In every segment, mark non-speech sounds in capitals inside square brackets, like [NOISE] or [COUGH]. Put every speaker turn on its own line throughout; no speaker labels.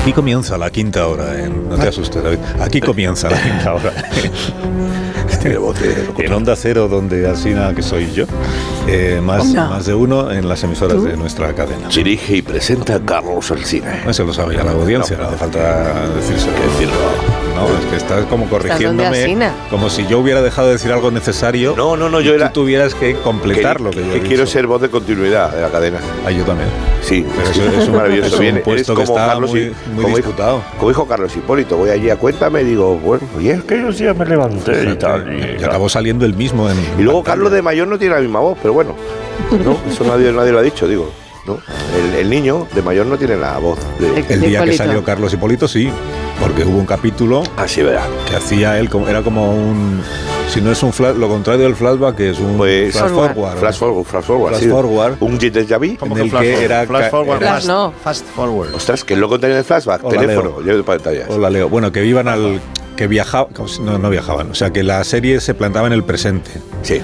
Aquí comienza la quinta hora, ¿eh? no te asustes, David. Aquí comienza la quinta
[LAUGHS]
hora.
Tiene voz de
en Onda Cero, donde Alcina, que soy yo, eh, más,
Onda.
más de uno en las emisoras de nuestra cadena.
Dirige y presenta Carlos Alcina.
Eso lo sabe ya la audiencia, no, hace falta decírselo. No, es que estás como
donde
corrigiéndome,
Alsina.
como si yo hubiera dejado de decir algo necesario
No, no, no,
y
yo
tú
era-
tuvieras que completar lo que yo he dicho.
quiero ser voz de continuidad de la cadena.
Ah, yo también.
Sí,
Pero
sí,
eso es un-
maravilloso.
es un
Viene-
puesto
eres
que está muy-
Hi-
muy
como
disputado.
Hijo, como dijo Carlos Hipólito, voy allí a cuéntame y digo, bueno, y es que yo sí me levanté y tal. Y,
Y acabó saliendo el mismo en
y luego Carlos de mayor no tiene la misma voz, pero bueno, no, eso nadie, nadie lo ha dicho, digo. No, el, el niño de mayor no tiene la voz. De...
El
de
día que
Hipólito.
salió Carlos Hipólito, sí, porque hubo un capítulo
Así verá.
que hacía él, como- era como un. Si no es un flash, lo contrario del flashback, que es un
Pues-
flash
Forward.
forward.
Flash forward, flash forward.
Flash
sí.
forward.
Un jet de Javi.
¿Cómo? en el que era
flash
ca-
forward,
Flash
fast,
no.
fast forward.
Ostras, que loco tenía el flashback.
Hola,
Teléfono,
Leo.
llevo de pantallas.
Hola, Leo. Bueno, que iban al. que viajaban. No, no viajaban. O sea, que la serie se plantaba en el presente,
Sí.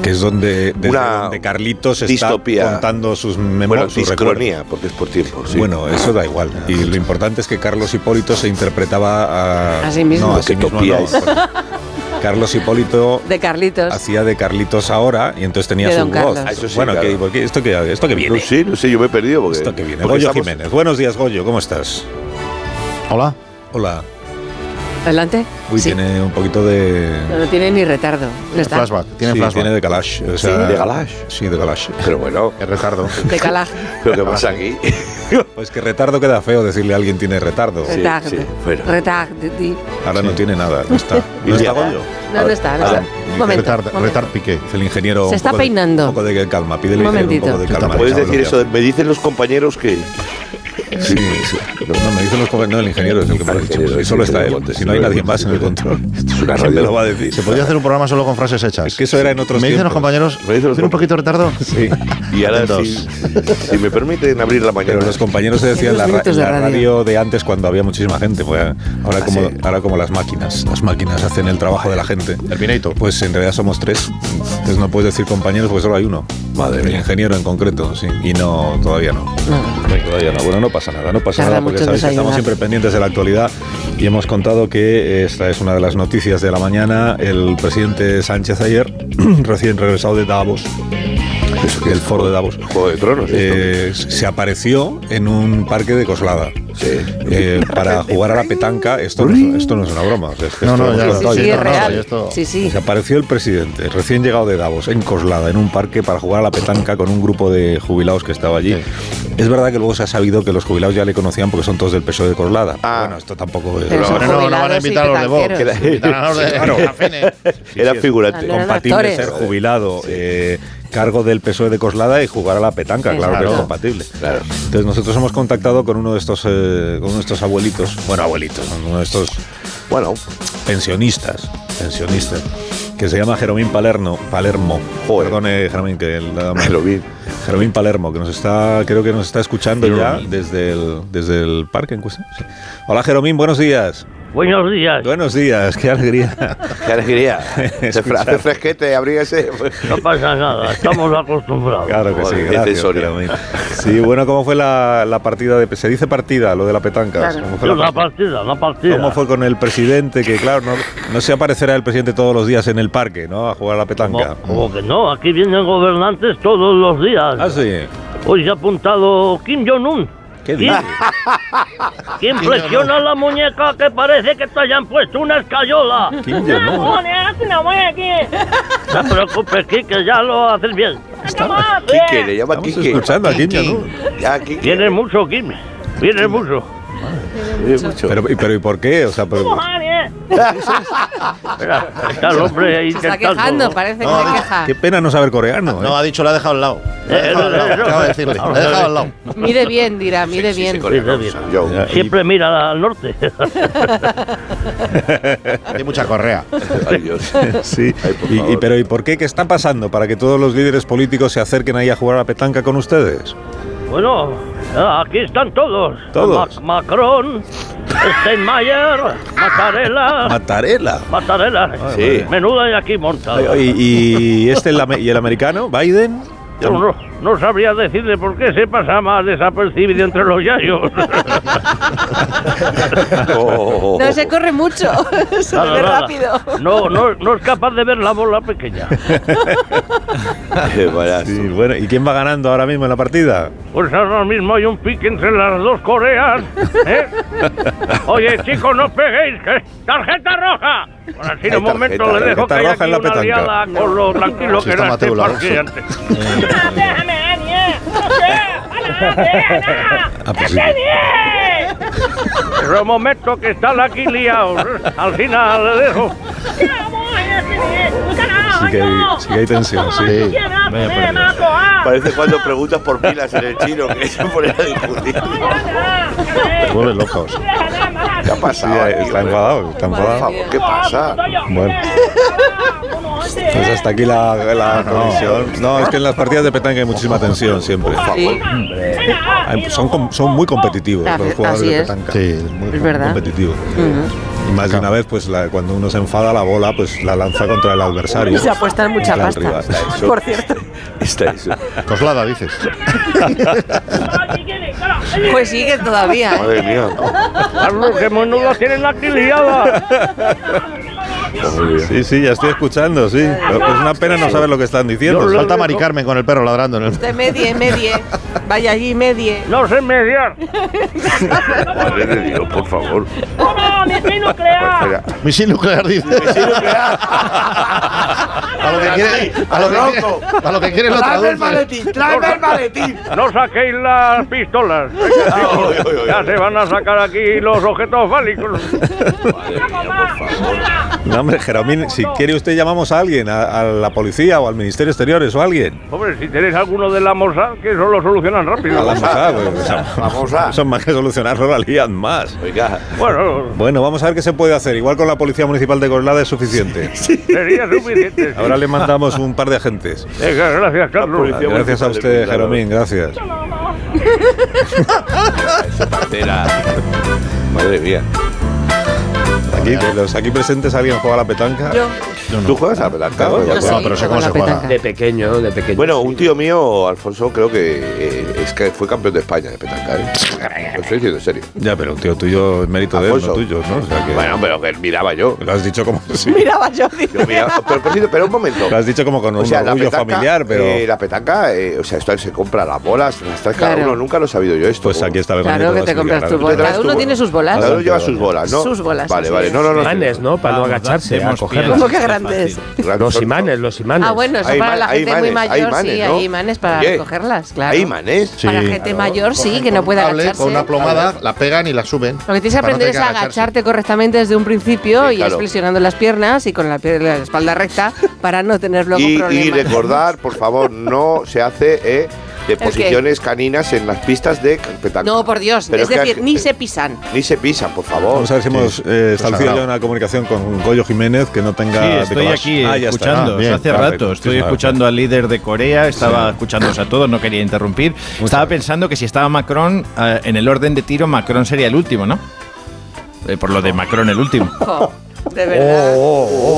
que es donde, desde
Una
donde Carlitos
distopía.
está contando sus
Bueno,
memorias.
discronía, porque es por tiempo. sí.
Bueno, eso da igual. Y lo importante es que Carlos Hipólito se interpretaba a.
A sí mismo.
No, a sí
Qué
mismo
topía
no,
es. [LAUGHS]
porque Carlos Hipólito
De Carlitos.
hacía de Carlitos ahora y entonces tenía
De
su
don
voz.
Carlos. Ah,
eso sí,
bueno,
claro.
¿qué- por qué- esto que esto que
no
viene.
sé, no sé, yo me he perdido porque.
Esto que viene.
porque
Goyo
estamos-
Jiménez. Buenos días, Goyo, ¿cómo estás?
Hola.
Hola.
Adelante.
Uy,
Sí.
tiene un poquito de
No, no tiene ni retardo. No está.
Flashback. Tiene
sí,
flashback.
tiene de Kalash. o sea-
¿De Kalash?
Sí, de Kalash.
Pero bueno,
Qué retardo.
De cala.
lo
Ah,
que pasa aquí.
[LAUGHS] Pues que retardo queda feo decirle a alguien tiene retardo.
Sí.
Retardo.
bueno.
Retardo.
Ahora no tiene nada, no
[LAUGHS]
está.
¿Y
No
ya?
está Goyo.
No, no está. No
Ahora,
está. Un momento.
retard,
un momento.
retard piqué.
Es el ingeniero.
Se
un
está
poco de-
peinando.
un poco de calma, pídele
Un
al ingeniero un poco
momentito.
de calma.
Puedes
que sabe
decir
lo que
eso. de- Me dicen los compañeros que.
hace. Sí, sí. No, me dicen los compañeros, no, el ingeniero es el que me lo ha
El
dicho.
ingeniero,
Y solo
sí,
está
pero
él.
ponte,
Si no hay
pero
nadie
ponte,
más en el
pero-
control.
Esto
[LAUGHS]
es una
¿Quién me
radio.
lo va a decir?
Se podría hacer un programa solo con frases hechas.
Es que eso era en otros
Me dicen los
tiempos.
compañeros,
Me dicen los
¿tiene un poquito de retardo?
Sí.
Y ahora,
Atentos.
si, si me permiten abrir la mañana.
Pero los compañeros se decían
Esos
la, ra-
minutos de
la radio.
radio.
de antes cuando había muchísima gente. pues, ahora,
Ah,
como,
sí.
ahora como las máquinas. Las máquinas hacen el trabajo de la gente.
Terminator.
Pues en realidad somos tres. Entonces no puedes decir compañeros porque solo hay uno.
Madre
El
mía.
ingeniero en concreto, sí. Y no, todavía no.
No.
Todavía no. Bueno, no pasa nada, no pasa
Tarda
nada porque
mucho en
sabéis que estamos
desayunar.
siempre pendientes de la actualidad y hemos contado que esta es una de las noticias de la mañana. El presidente Sánchez ayer, [CLEARS THROAT] recién regresado de Davos, del foro de Davos,
Juego de Tronos. Pues esto.
eh, se apareció en un parque de Coslada.
Sí.
eh, para jugar a la petanca, esto no, es- esto no es una broma. o sea, es que
No,
esto
no,
lo hemos
ya lo-
Sí,
contado
sí,
y
es
esto no es
real.
esto-
Sí, sí.
se apareció el presidente, recién llegado de Davos, en Coslada, en un parque para jugar a la petanca con un grupo de jubilados que estaba allí. Es verdad que luego se ha sabido que los jubilados ya le conocían porque son todos del PSOE E de Coslada.
Ah.
Bueno, esto tampoco es
Pero
No,
son
Pero no, no van a
jubilados y
invitar a los de Vox.
petanqueros.
Invitarán a los de
Claro.
Getafe.
Era
sí, es-
figurante.
Ah, no, no,
compatible
actores.
ser jubilado, eh, cargo del PSOE de Coslada y jugar a la petanca, claro que es
Exacto.
compatible.
Claro.
Entonces nosotros hemos contactado con uno de estos, eh, con uno de estos abuelitos, bueno abuelitos, uno de estos
Bueno,
pensionistas, pensionistas, que se llama Jeromín Palermo, Palermo.
Joder.
Perdón, eh, Jeromín, que nada más.
[LAUGHS] lo vi.
Jeromín Palermo, que nos está, creo que nos está escuchando ya
Jeromín.
desde el, desde el parque en cuestión. Sí. Hola Jeromín, buenos días.
Buenos días.
Buenos días, qué alegría.
Qué
[LAUGHS]
alegría. Hace fre- Hace fresquete, abríguese.
No pasa nada, estamos acostumbrados.
Claro que sí,
Joder,
gracias.
Soria.
Jeromín. Sí, bueno, ¿cómo fue la, la partida de se dice partida, lo de la petanca?
Claro.
¿Cómo fue la
Yo, La
partida?
partida, la partida.
¿Cómo fue con el presidente? Que claro, no, no se aparecerá el presidente todos los días en el parque, ¿no? A jugar a la petanca.
Como, como que no, aquí vienen gobernantes todos los días.
Ah, sí.
Hoy se ha apuntado Kim Jong-un.
¿Qué
Kim,
dices? Ah,
Kim presiona la muñeca que parece que te hayan puesto una escayola.
Kim Jong-un.
No te preocupes, Kim, que ya lo haces bien.
Quique, le llama
Estamos
Quique.
escuchando a Kim Jong-un.
Ya, Quique.
Vienes mucho, Kim. Vienes mucho.
Viene mucho.
Pero, y- pero ¿y por qué? O sea, pero-
¿Eh? Mira, está el hombre ahí
Se está
intentando.
quejando, parece
No,
que se
ha dicho-
queja.
Qué pena no saber coreano. ¿eh?
No, ha dicho, la ha dejado al lado. La ha
Eh,
dejado al
eh,
lado,
eh,
acaba de
eh,
decirle. La ha
vamos a
dejado
ver.
al lado.
Mide bien, dirá, mide
Sí, sí,
bien.
Mide
coreano,
bien.
soy yo.
Ya.
Siempre mira al norte.
Tiene mucha correa.
[LAUGHS] Ay, Dios.
Sí.
Ay, por
Y- y-
favor.
pero ¿y por qué? ¿Qué está pasando para que todos los líderes políticos se acerquen ahí a jugar a la petanca con ustedes?
Bueno, ah, aquí están todos.
Todos.
Ma- Macron, Steinmeier, Mattarella,
Matarela.
Mattarella.
Sí.
Menuda y aquí monta.
Ay, ay, ¿Y, este el ame- y el americano? ¿Biden?
Yo no, no sabría decirle por qué se pasa más desapercibido entre los yayos.
Oh.
No, se corre mucho. [LAUGHS] Se
Nada,
corre
nada.
rápido.
No, no, no es capaz de ver la bola pequeña.
Qué balazo.
Sí, bueno, ¿y quién va ganando ahora mismo en la partida?
Pues ahora mismo hay un pique entre las dos Coreas.
[LAUGHS]
¿eh? Oye, chicos, no os peguéis. ¿eh? ¡Tarjeta roja! Bueno, así en un
tarjeta,
momento le dejo
tarjeta
caer
roja
aquí
en la
una
petanca.
liada con lo tranquilo
Sí,
que
está
era este
Mateo Laoso.
parque antes.
Ah, pues sí.
Es un momento que están aquí liados. ¿eh? Al final le dejo.
Sí que hay, sí que hay tensión, sí.
Parece cuando preguntas por pilas en el chino, que se pone a discutir.
Se vuelven locos.
¿Qué ha
Sí,
pasado? aquí,
está
hombre?
enfadado, está
Por
enfadado.
favor, ¿qué pasa?
Bueno. Pues hasta aquí la, la colisión. No, es que en las partidas de petanca hay muchísima tensión siempre.
Por
Sí.
favor.
Hay- son, com- son muy competitivos
Así-
los jugadores
así
de
es.
petanca.
Sí, es muy-
Es verdad.
Competitivos. Y más de una vez, pues la- cuando uno se enfada, la bola pues la lanza contra el adversario.
Y se apuestan mucha
Contra el
pasta.
rival.
Eso-
Por cierto.
Está eso.
Coslada, dices.
Pues sigue todavía. ¿eh?
Madre mía.
Carlos, que menudo tienen aquí liada.
Sí, sí, ya estoy escuchando, sí. Es una pena no saber lo que están diciendo.
Yo lo-
Falta Mari Carmen con el perro ladrando en el.
Usted Este medie, medie. Vaya allí, medie.
No sé mediar.
Madre de Dios, por favor. Espera.
Misil nuclear, dice. A lo que quiere. A lo que quiere, a lo que quiere lo traduce.
tráeme el maletín. No saquéis las pistolas. Venga, chicos,
Oy, oy, oy.
Ya se van a sacar aquí los objetos fálicos.
No, hombre, Jeromín, si quiere usted llamamos a alguien, a, a la policía o al Ministerio de Exteriores o a alguien.
Hombre, si tenéis alguno de la Mossad, que eso lo solucionan
A
rápido.
la Mossad, pues, o sea,
Vamos a.
Son más que solucionarlo, la lían más.
Oiga,
Bueno,
Bueno, vamos a ver qué se puede hacer. Igual con la Policía Municipal de Coslada es suficiente.
sería
[LAUGHS]
suficiente.
Ahora le mandamos un par de agentes.
Venga, gracias, Carlos.
policía-
Gracias a usted, Jeromín, gracias.
patera. Madre mía.
Aquí, de los aquí presentes, ¿alguien juega a la petanca?
Yo.
¿Tú juegas a la petanca?
Yo
Oye,
sí,
No, pero sé
con
cómo
la
se juega.
petanca.
De pequeño, de pequeño.
Bueno, un tío mío, Alfonso, creo que eh, es que fue campeón de España de petanca. ¿eh? Lo estoy diciendo en serio.
Ya, pero tío tuyo, es mérito de él, no
Alfonso.
tuyo, ¿no? O sea que
Bueno, pero que miraba yo.
lo has dicho como... sí.
Miraba yo. dice.
Yo miraba, pero, por cierto, pero un momento.
Lo has dicho como con un
O sea, la
orgullo
petanca,
familiar, pero...
eh, la petanca, eh, o sea, esto se compra las bolas, las trae cada
Claro.
uno. Nunca lo he sabido yo esto.
Pues aquí está Begoña.
Claro
va
que
a
te
explicar
compras tu bola.
ahora.
Te traes
Cada
tu
uno
bola.
tiene sus bolas.
Cada uno lleva sus bolas, ¿no?
Sus bolas,
Vale,
así
vale.
es.
No, no, no.
imanes, ¿no? Para no agacharse, a
hacemos
[LAUGHS]
cogerlos.
¿Cómo que grandes?
Los imanes, los imanes.
Ah, bueno, eso
Hay
para
ima-
la
hay
gente muy
imanes, hay
mayor, sí,
imanes, ¿no?
hay imanes para
Oye,
cogerlas, claro.
¿Hay imanes?
Sí.
para gente
Claro.
mayor, sí,
Cogen
que no
con
puede
un cable,
agacharse.
Con una plomada, la pegan y la suben.
Lo que tienes que
Para no
aprender
tener
es
que agacharse.
agacharte correctamente desde un principio
Sí,
y
claro.
es flexionando las piernas y con la, pier- la espalda recta para no tener luego
Y, y
problemas.
recordar, por favor, no se hace eh, deposiciones caninas en las pistas de petanca.
No, por Dios,
Pero
es
que-
decir, ni se pisan.
Ni se pisan, por favor.
Vamos a ver si hemos eh, establecido
sagrado.
ya una comunicación con Goyo Jiménez que no tenga...
Sí, estoy
teclas.
aquí
Ah, ya está.
escuchando.
Ah, bien,
hace
perfecto.
rato estoy
Muchísimas
escuchando al líder de Corea. Estaba escuchándoos a todos, no quería interrumpir. estaba pensando que si estaba Macron eh, en el orden de tiro, Macron sería el último, ¿no? Eh, por lo de Macron, el último.
Jo, de
Oh,
verdad.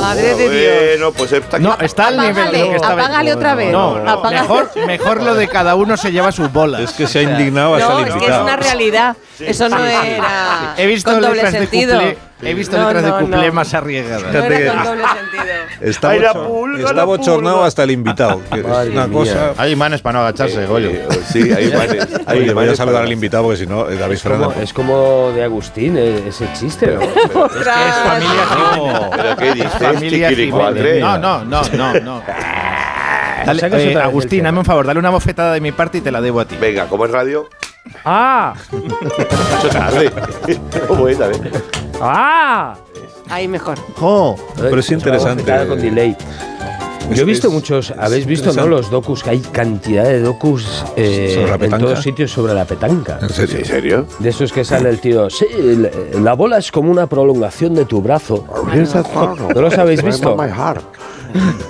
Madre de Dios.
Bueno, pues está
No, está al nivel de lo
Apágale,
que estaba.
apágale otra vez.
No, no,
Apágale.
mejor, mejor lo de cada uno se lleva sus bolas.
Es que se ha indignado hasta
No,
el
es que es
invitado.
una realidad. Eso no era
He visto
con doble
letras de
sentido.
cuplé- he visto
No,
letras
no,
de cuplé
no.
más arriesgadas.
No
Fíjate
era
que-
con
[LAUGHS]
doble sentido.
Está,
Ay, la
bocho-
pulga,
está
la
bochornado
pulga.
hasta el invitado. que es
Madre
una
mía.
cosa...
Hay imanes para no
Eh,
agacharse, Goyo.
Sí, hay imanes. Hay
Oye, voy a
imanes
saludar
para-
al invitado porque si no, eh, David
Es como,
Fernández...
es como de Agustín, eh, ese chiste, ¿no?
Ostras.
Familia Jiménez.
¿Pero qué dices,
Familia
chiquiricuadre?
Jiménez. No, no, no, no, no. [LAUGHS] Dale,
Sacas
eh,
otra vez el
Agustín,
tema.
hazme un favor, dale una bofetada de mi parte y te la debo a ti.
Venga,
[LAUGHS]
como es radio,
[LAUGHS] ¡Ah!
eso se hace. [LAUGHS] ¿Cómo es, a ver?
¡Ah!
Ahí mejor.
Jo, pero es
Pues
interesante.
vamos a empezar Con delay.
Es-
Yo he visto
es-
muchos,
es
habéis visto ¿no?
interesante.
los docus, que hay cantidad de docus eh,
¿Sobre la
en
petanca?
todos sitios sobre la petanca.
En serio.
¿En serio?
De esos que sale el tío, sí, la- la bola es como una prolongación de tu brazo. ¿No
¿No
los habéis visto?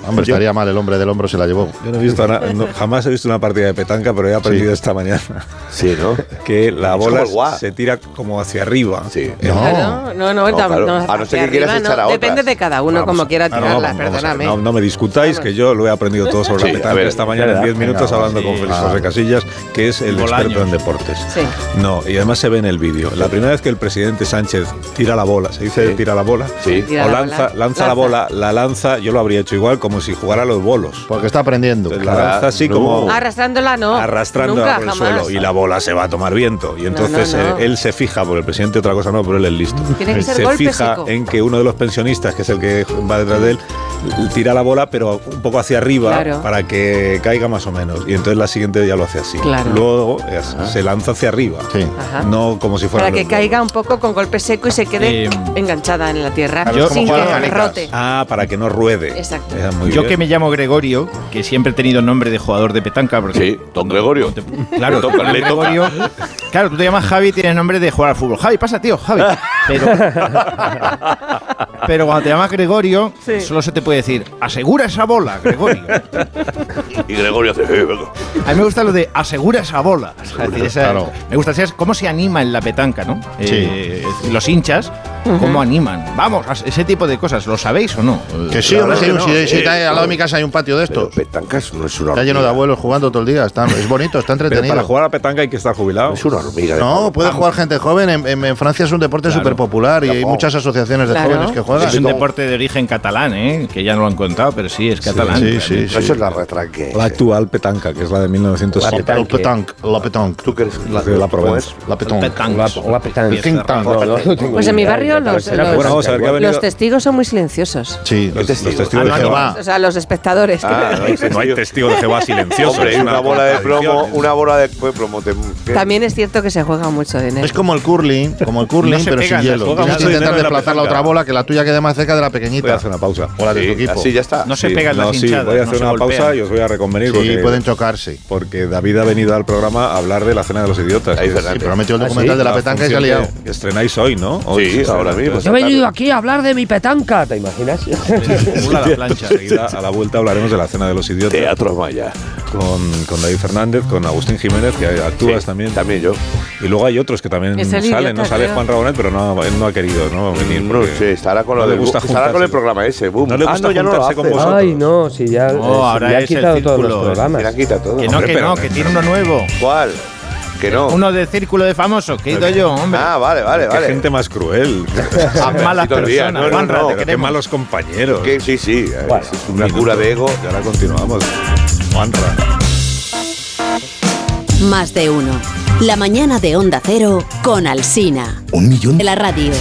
Hombre, estaría mal, el hombre del hombro se la llevó.
Yo no he visto na- no- jamás he visto una partida de petanca, pero he aprendido esta mañana
Sí, ¿no?
que la
Es
bola
como el guá.
se tira como hacia arriba. Eh,
Sí.
No,
Claro, no, no,
No,
tam-
claro.
no,
A no ser que
hacia
quieras echar a otras.
Depende de cada uno
Vamos
como
a-
quiera
ah, no,
tirarlas,
vamos- vamos a ver,
perdóname.
no, no me discutáis, que yo lo he aprendido todo sobre
Sí,
la
a
petanca
ver,
esta mañana en
venga,
10 minutos
venga,
hablando
sí,
con Félix
va.
Ah.
José Casillas, que es el
Bolaños.
experto en deportes.
Sí.
No, y además se ve en el vídeo. La primera vez que el presidente Sánchez tira la bola, se dice
Sí.
tira la bola,
Sí.
Tira
o
la
lanza,
bola.
lanza la bola, la lanza, yo lo habría hecho igual, como si jugara a los bolos.
Porque está aprendiendo.
Entonces, la lanza así
no.
como
Arrastrándola no.
arrastrándola
Nunca,
por el
jamás.
suelo y la bola se va a tomar viento. Y entonces
no, no.
eh, Él, se fija, porque el presidente otra cosa no, pero él es listo.
Tiene que ser
se
golpe
fija
seco.
en que uno de los pensionistas, que es el que va detrás de él, tira la bola pero un poco hacia arriba
Claro.
para que caiga más o menos. Y entonces la siguiente ya lo hace así.
Claro.
Luego eh, se lanza hacia arriba.
Sí.
Ajá.
No como si fuera...
Para que
los
caiga
bolos.
un poco con golpe seco y se quede
Eh,
enganchada en la tierra.
Claro, es
sin
como jugar a las
que
canicas.
rote.
Ah, para que no ruede.
Exacto.
Eh, muy
Yo
bien.
que me llamo Gregorio, que siempre he tenido nombre de jugador de petanca, porque
Sí, don Gregorio.
Claro,
Le toca,
Juan
le toca.
Gregorio. Claro, tú te llamas Javi y tienes nombre de jugar al fútbol. Javi, pasa, tío, Javi. Pero, pero cuando te llamas Gregorio,
Sí.
solo se te puede decir, asegura esa bola, Gregorio.
Y Gregorio hace. "Eh, venga".
A mí me gusta lo de asegura esa bola. Es decir, esa-
claro.
Me gusta es cómo se anima en la petanca, ¿no?
Sí.
Eh, los hinchas, cómo animan. Vamos, as- ese tipo de cosas, ¿lo sabéis o no?
Que sí,
Claro
hombre, sí,
que no.
sí, sí,
Eh,
está ahí al lado de mi casa hay un patio de
Pero
estos.
petancas no es una
Está
hormiga.
lleno de abuelos jugando todo el día. Está, es bonito,
[LAUGHS]
está
Pero
entretenido.
para jugar a petanca hay que estar jubilado.
Es una hormiga. de
No,
juego.
puede jugar gente joven. En, en- en Francia es un deporte súper popular y hay
Claro.
muchas asociaciones de
Claro.
jóvenes que juegan.
Es un deporte de origen catalán, ¿eh? Que ya no lo han contado, pero sí, es catalán.
Sí, sí, sí.
Eso es la retranque.
La actual petanca, que es la de 1960.
La petanque. La petanque.
¿Tú crees?
de la Provenza.
La petanque.
La- la petanca.
El think tank.
No, no, no tengo
Pues en
ni
mi
idea
barrio
de qué
los,
será,
los-
pero
Bueno, vamos a ver, ¿qué ha venido?
los testigos son muy silenciosos.
Sí,
Los, los testigos
Ah,
de
no, no,
Jehová.
va.
O sea, los espectadores.
[LAUGHS] No hay testigo de Jehová silencioso.
Hombre,
es
y una bola de
contradicción.
plomo, una bola de de plomo. te- que-
También es cierto que se juega mucho dinero.
Es como el curling, como el curling,
No se
pero
pegan,
sin
se
hielo.
juega
Tienes que
mucho
intentar
dinero en la
desplazar la
petanca.
otra bola, que la tuya quede más cerca de la
Voy a
pequeñita.
hacer una pausa.
O la de tu
Sí,
equipo.
así ya está.
No se
Sí,
pegan
no,
las
sí,
hinchadas.
voy a hacer
no se
una pausa
golpean.
y os voy a reconvenir
Sí,
porque,
pueden chocarse. Sí,
porque David ha venido al programa a hablar de la cena de los idiotas.
Ahí,
que es
Fernando.
pero ha metido el
Ah,
documental
sí,
de la
una
petanca y se ha
función
liado.
que- que estrenáis hoy, ¿no? Hoy
Sí,
se estrena.
ahora mismo.
Yo he venido aquí a hablar de mi petanca, ¿te [LAUGHS] imaginas?
Mula la plancha.
[LAUGHS] Enseguida, a la vuelta hablaremos de la cena de los idiotas
Teatro Maya.
con, con David Fernández, con Agustín Jiménez, que actúas
Sí,
también.
También yo.
Y luego hay otros que también
Es el
salen.
idiota,
No sale
creo.
Juan Rabonet, pero no, él no ha querido ¿no? venir.
Mm, No,
porque
sí, estará con, lo
no le
del
gusta
bu- estará con
juntarse.
el programa ese. boom.
No le gusta
ah, no, ya no lo
juntarse
hace.
con vosotros.
Ay, no, si ya,
No,
eh, si
ahora
ya han
es el
quitado todos los
círculo,
programas.
Mira, quita todo.
Que no,
Hombre,
que
pero-
no, que tiene uno nuevo.
¿Cuál? Que no.
Uno del círculo de famosos, que he ido yo, hombre.
Ah, vale, vale,
Qué
vale.
gente más
[LAUGHS]
cruel.
A malas
Tito Díaz,
personas,
no, no,
Juanra,
no,
te
Pero qué
queremos.
malos compañeros.
Que- sí, sí. eh,
Bueno.
es una cura de ego.
Y ahora continuamos. Juanra.
Más de uno. La mañana de Onda Cero con Alsina. Un millón. De la radio.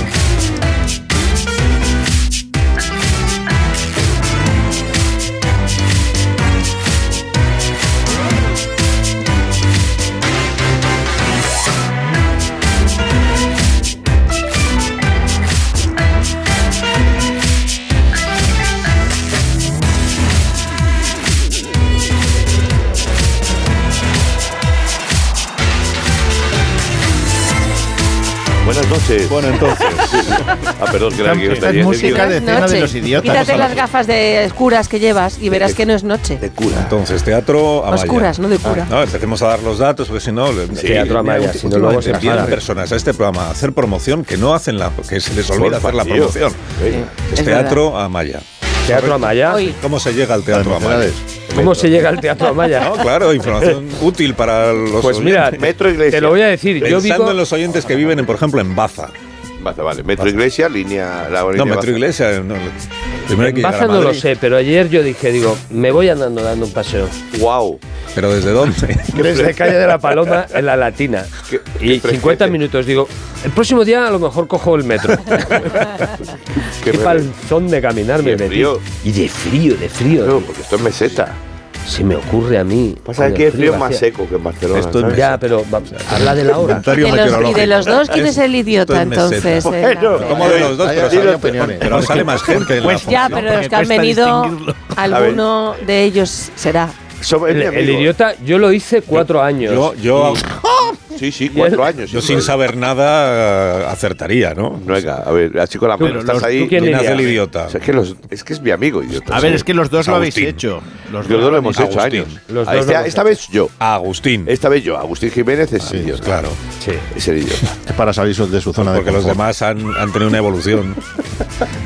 Buenas noches.
Bueno, entonces.
[LAUGHS] Ah, perdón, que era que yo
Esta
estaría-
es música
Buenas
de cena de
noches.
los idiotas.
Quítate las gafas de oscuras que llevas y verás que no es noche.
de cura.
Entonces, teatro Amaya.
Oscuras, no de cura.
Ah, no, empecemos a dar los datos, porque si no... le-
Teatro Amaya,
Mira,
si no, luego se
últimamente vienen
enfada.
personas a este programa a hacer promoción que no hacen la... que se les olvida hacer la
Tío.
promoción.
Venga.
Es
Es
teatro Amaya.
Teatro Amaya.
Hoy.
¿Cómo se llega al teatro Amaya?
Felicidades.
¿Cómo se llega al Teatro Amaya?
No, claro,
[LAUGHS]
información útil para los
Pues mira,
oyentes.
te-
Metro Iglesia.
te lo voy a decir. Yo
Pensando
vivo,
en los oyentes que viven, en, por ejemplo, en Baza.
Vale, vale. Metro Iglesia, línea. La
No,
línea
Metro
baja.
Iglesia. no, primero hay que
en
llegar
Baza
a
no lo
Madrid.
sé, pero ayer yo dije, digo, me voy andando dando un paseo.
Guau.
Pero ¿desde
[LAUGHS]
dónde?
Desde Calle de la Paloma en la Latina.
Qué- qué
Y 50
fresquete.
minutos, digo, el próximo día a lo mejor cojo el metro. Qué
re-
panzón de caminar me
Qué
metí.
frío.
Y de frío, de frío.
No, porque esto es meseta.
Se me ocurre a mí.
Pasa
coño,
que es frío
García.
más seco que en Barcelona.
Esto es
¿sabes?
Ya, pero va- habla
[LAUGHS]
de la hora.
Comentario
De los- y
meteorológico.
de los dos, ¿quién es el idiota
Esto es meseta.
entonces? eh,
Bueno,
la-
¿Cómo de los dos?
Hay-
Pero
hay
sale,
opiniones.
pero sale más gente en la
Pues
foto.
Ya,
No,
pero
porque
los que han
cuesta
venido,
distinguirlo.
alguno de ellos será.
Somos- es
El,
mi
el
amigo.
idiota, yo lo hice cuatro años.
Yo, yo,
Sí, sí, cuatro años.
yo
sí,
sin
pero-
saber nada eh, acertaría, ¿no?
No, venga, a ver, así con la mano, estás
los-
ahí.
¿tú quién
¿Quién hace
diría?
el idiota?
O sea, es, que los- es que es mi amigo, idiota.
A ver, es que los dos lo habéis
Agustín.
hecho.
Los
Los dos
dos lo hemos hecho
Agustín.
años.
Los
Ah,
dos
este-
lo hemos
esta
hecho.
vez yo.
Agustín. Pues
Esta vez yo. Agustín Jiménez es idiota.
Claro,
Sí.
Es el idiota.
Este Es para salir su- de su zona de
porque los
confort.
demás han, han tenido una evolución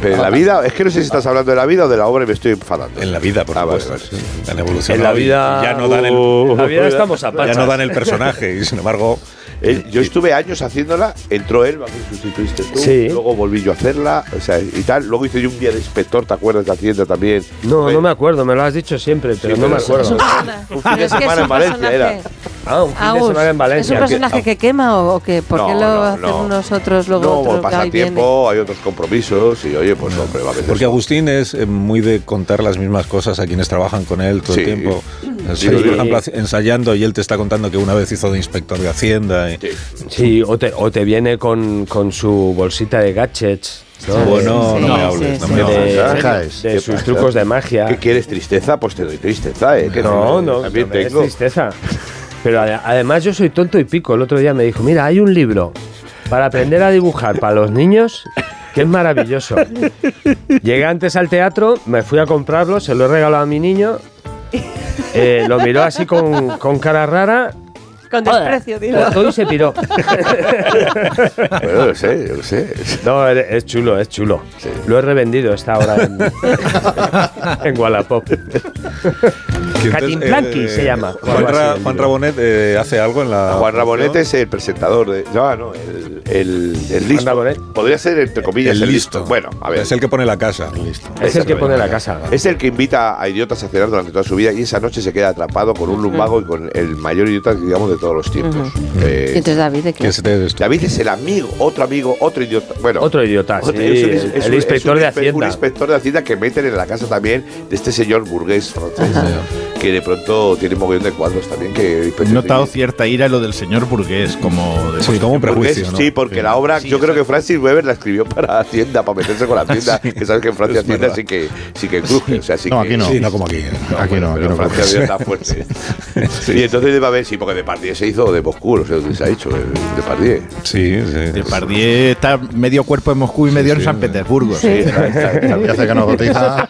Pero en la vida, es que no sé si estás hablando de la vida o de la obra y me estoy enfadando.
en la vida, por
Ah, vale,
supuesto.
vale.
sí. Han evolucionado.
En la
y
vida.
Ya no dan el,
Oh.
en la vida estamos a
ya
pachas.
no dan el
[LAUGHS]
personaje, y sin embargo.
Eh, yo estuve años haciéndola, entró él, me sustituiste tú,
Sí.
luego volví yo a hacerla, o sea, y tal. Luego hice yo un día de inspector, ¿te acuerdas de Hacienda también?
No, no me acuerdo, me lo has dicho siempre, pero no me
pero-
acuerdo.
Ah,
Un Ah, fin de semana en Valencia era.
Ah, un fin de
Agus,
semana en
¿Es un
Valencia. que-
personaje que quema o, o qué? ¿Por qué lo
No, no,
hacen
no.
unos otros, luego
no,
otros?
por
Ahí viene.
pasatiempo, hay otros compromisos, y oye, pues hombre, va a veces.
Porque Agustín es eh, muy de contar las mismas cosas a quienes trabajan con él todo el
Sí.
tiempo. Estáis,
Sí.
por ejemplo, ensayando y él te está contando que una vez hizo de inspector de Hacienda. eh. y-
Sí, o te, o te viene con, con su bolsita de gadgets. ¿no?
Bueno,
Sí,
no me
sí,
hables,
sí,
no
sí.
me
De,
hables.
Deja
de-
es.
de
¿Qué
sus
pasa?
trucos de magia.
¿Qué quieres? ¿Tristeza? Pues te doy tristeza, ¿eh? Que
No, no,
También
no me des
tengo.
tristeza. Pero ade- además yo soy tonto y pico. El otro día me dijo, mira, hay un libro para aprender a dibujar para los niños que es maravilloso. Llegué antes al teatro, me fui a comprarlo, se lo he regalado a mi niño. eh, lo miró así con, con cara rara.
Con desprecio, dilo.
cortó y se piró.
Bueno, yo lo sé, yo lo sé.
No, es- es chulo, es chulo. Lo he revendido esta hora en, en Wallapop.
Que entonces, eh,
Katin Planki se llama.
Juan,
Algo así,
Ra-
el
Juan
libro.
Rabonet eh, hace algo en
Ah,
la.
Juan Rabonet es el presentador de. No, no, el, el, el listo.
Rabonet.
Podría ser, entre comillas, el, listo. Bueno, a ver.
Es el que pone la casa. Listo.
Es el que pone la casa.
Es el que invita a idiotas a cenar durante toda su vida y esa noche se queda atrapado con un lumbago y con el mayor idiota, digamos, de todos los tiempos. Eh,
Y entonces David, ¿de qué?
Que se te des tú.
David es el amigo, otro amigo, otro idiota. Bueno,
Otro idiota, sí,
otro- es un- es
el-
un- es
el
un
inspector de
inspe- Un
Hacienda.
inspector de Hacienda que meten en la casa también de este señor burgués francés, que de pronto tiene mogollón de cuadros también. que
Pues He notado cierta ira lo del señor burgués, como de
Sí, como un prejuicio.
Burgués,
¿no?
Sí, porque la obra, yo creo que Francis Weber la escribió para Hacienda, para meterse con Hacienda, que sabes que en Francia
es
Hacienda
verdad.
sí que, sí que cruje. O sea, sí
No,
que-
aquí no.
Sí, no como aquí. eh.
Aquí
bueno,
no, aquí
pero
no.
Francia
coges.
Weber está fuerte.
[LAUGHS]
Y entonces Depardieu, sí, porque Depardieu se hizo de Moscú, no sé dónde se ha hecho, eh, Depardieu.
Sí, sí.
Depardieu está medio cuerpo en Moscú y medio en San Petersburgo.
Sí, está- está-
[LAUGHS]
está-
Y hace que
[LAUGHS]
no cotiza.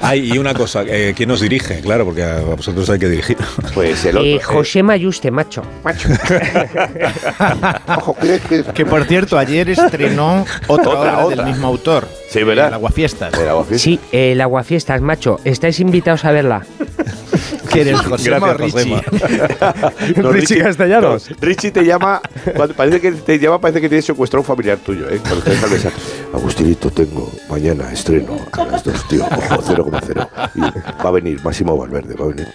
Ay, y una cosa, eh, ¿quién nos dirige? Claro, porque a vosotros hay que dirigir.
Pues el otro. eh,
Mayuste, macho.
ojo, que- que-
Que por cierto, ayer estrenó otra,
Otra,
obra
otra.
del mismo autor.
Sí, ¿verdad?
El Aguafiestas.
Era guapísimo.
el aguafiestas, macho. Estáis invitados a verla.
¿Quién es José
Gracias,
Morrici?
No,
Richie Castellanos.
no, Richie te llama, cuando- parece que te llama, parece que tienes secuestrado a un familiar tuyo, ¿eh? Cuando te deja el mensaje. Agustinito, tengo mañana estreno a las dos, tío, ojo, 0,0. Y va a venir Máximo Valverde, va a venir.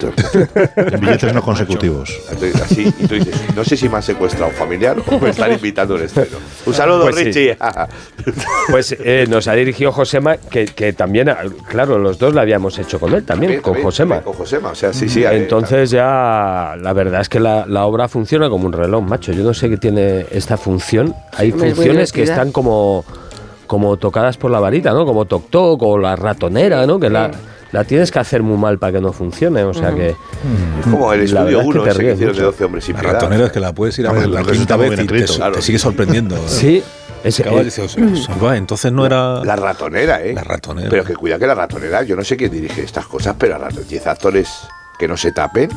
En billetes no consecutivos.
Entonces, así, y tú dices, no sé si me han secuestrado a un familiar o me están invitando a un estreno. Un saludo,
Pues sí.
Richie. [LAUGHS]
Pues eh, nos ha dirigido Josema, que, que también, ah, claro, los dos la habíamos hecho con él también, con Josema.
Con Josema, o sea, sí, sí.
Entonces ya la verdad es que la, la obra funciona como un reloj, macho. Yo no sé qué tiene esta función. Hay
Es muy
funciones que
divertida.
están como, como tocadas por la varita, ¿no? Como toc toc o la ratonera, ¿no? Que la, la tienes que hacer muy mal para que no funcione. O sea que
Es como el
la
estudio
verdad es que
1
te
ese que
ríes
hicieron de
mucho.
12 hombres sin
La
piedad.
ratonera es que la puedes ir a ver
Hombre,
la
pero eso
quinta
está muy
vez y
bien
te,
escrito,
su-
claro.
te sigue sorprendiendo.
[LAUGHS]
sí, ese,
Acabas de
eh,
decir, "Os- os- os va", entonces no era.
La ratonera, ¿eh?
La ratonera.
Pero que cuida que la ratonera, yo no sé quién dirige estas cosas, pero a los 10 actores que no se tapen,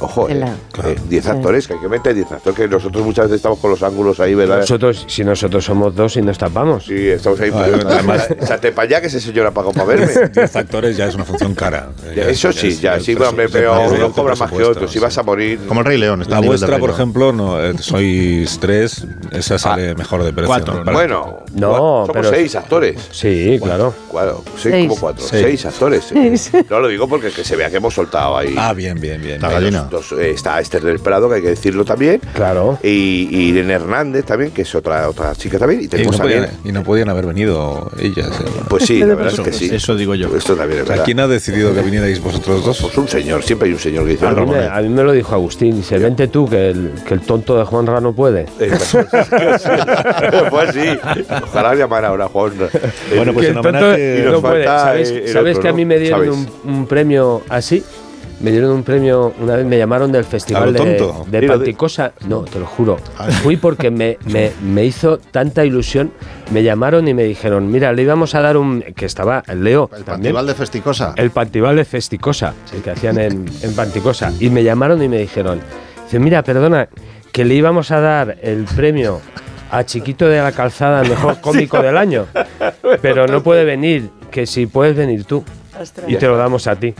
ojo, ¿eh?
Ela.
Claro.
Eh, 10 actores, que hay que meter 10 actores, que nosotros muchas veces estamos con los ángulos ahí, ¿verdad?
nosotros, si nosotros somos dos y nos tapamos.
Sí, estamos ahí.
Ah,
pero-
además-
Échate para allá que ese señor ha pagado para
[LAUGHS]
verme.
Diez factores ya es una función cara. Eh,
Ya,
ya
Eso
es-
sí,
es-
ya,
el
sí,
presu-
hombre,
es el
pero uno
presupuesto,
cobra más que otro. Si
sí.
vas a morir.
Como el Rey León. está
La
al nivel del
vuestra,
Rey
por
León.
ejemplo, no, eh, sois tres, esa sale mejor de precio.
Cuatro,
¿no?
¿no?
Para-
Ah, Bueno,
No,
cua- somos
pero-
seis actores.
Sí, claro.
Cuatro, seis,
Seis.
como cuatro,
Seis.
[LAUGHS] seis actores. eh. No lo digo porque que se vea que hemos soltado ahí.
Ah, bien, bien, bien.
La gallina.
Dos, eh, está Esther del Prado, que hay que decirlo también.
Claro.
Y, y Irene Hernández también, que es otra, otra chica también. Y
Y no,
tenemos
podían,
también.
y no podían haber venido ellas. ¿eh?
Pues sí, la verdad es
Eso,
que sí.
eso digo yo.
Esto también es
O sea,
verdad.
¿Quién ha decidido que vinierais vosotros dos?
Pues un señor, siempre hay un señor que dice.
A mí,
"Vamos
me,
a
a mí me lo dijo Agustín. Dice, vente tú, que el, que el tonto de Juanra no puede.
Eh, [LAUGHS] pues sí, ojalá llamara ahora a Juan.
Bueno, pues
Que
en
el tonto
homenaje-
y
no
nos
puede.
falta,
¿Sabéis,
eh, el
sabéis
otro,
que a
¿no?
mí me dieron un,
Sabéis.
un premio así? Me dieron un premio, una vez me llamaron del
¿A lo
festival de,
tonto?
de
Dilo, di-
Panticosa. No, te lo juro. Fui porque me, me- me hizo tanta ilusión. Me llamaron y me dijeron, mira, le íbamos a dar un... Que estaba el Leo
El
también.
festival de Festicosa.
El Pantival de Festicosa, el que hacían en, en Panticosa. Y me llamaron y me dijeron, dice, mira, perdona, que le íbamos a dar el premio a Chiquito de la Calzada, el mejor cómico del año, pero no puede venir, que si puedes venir tú. Y te lo damos a ti.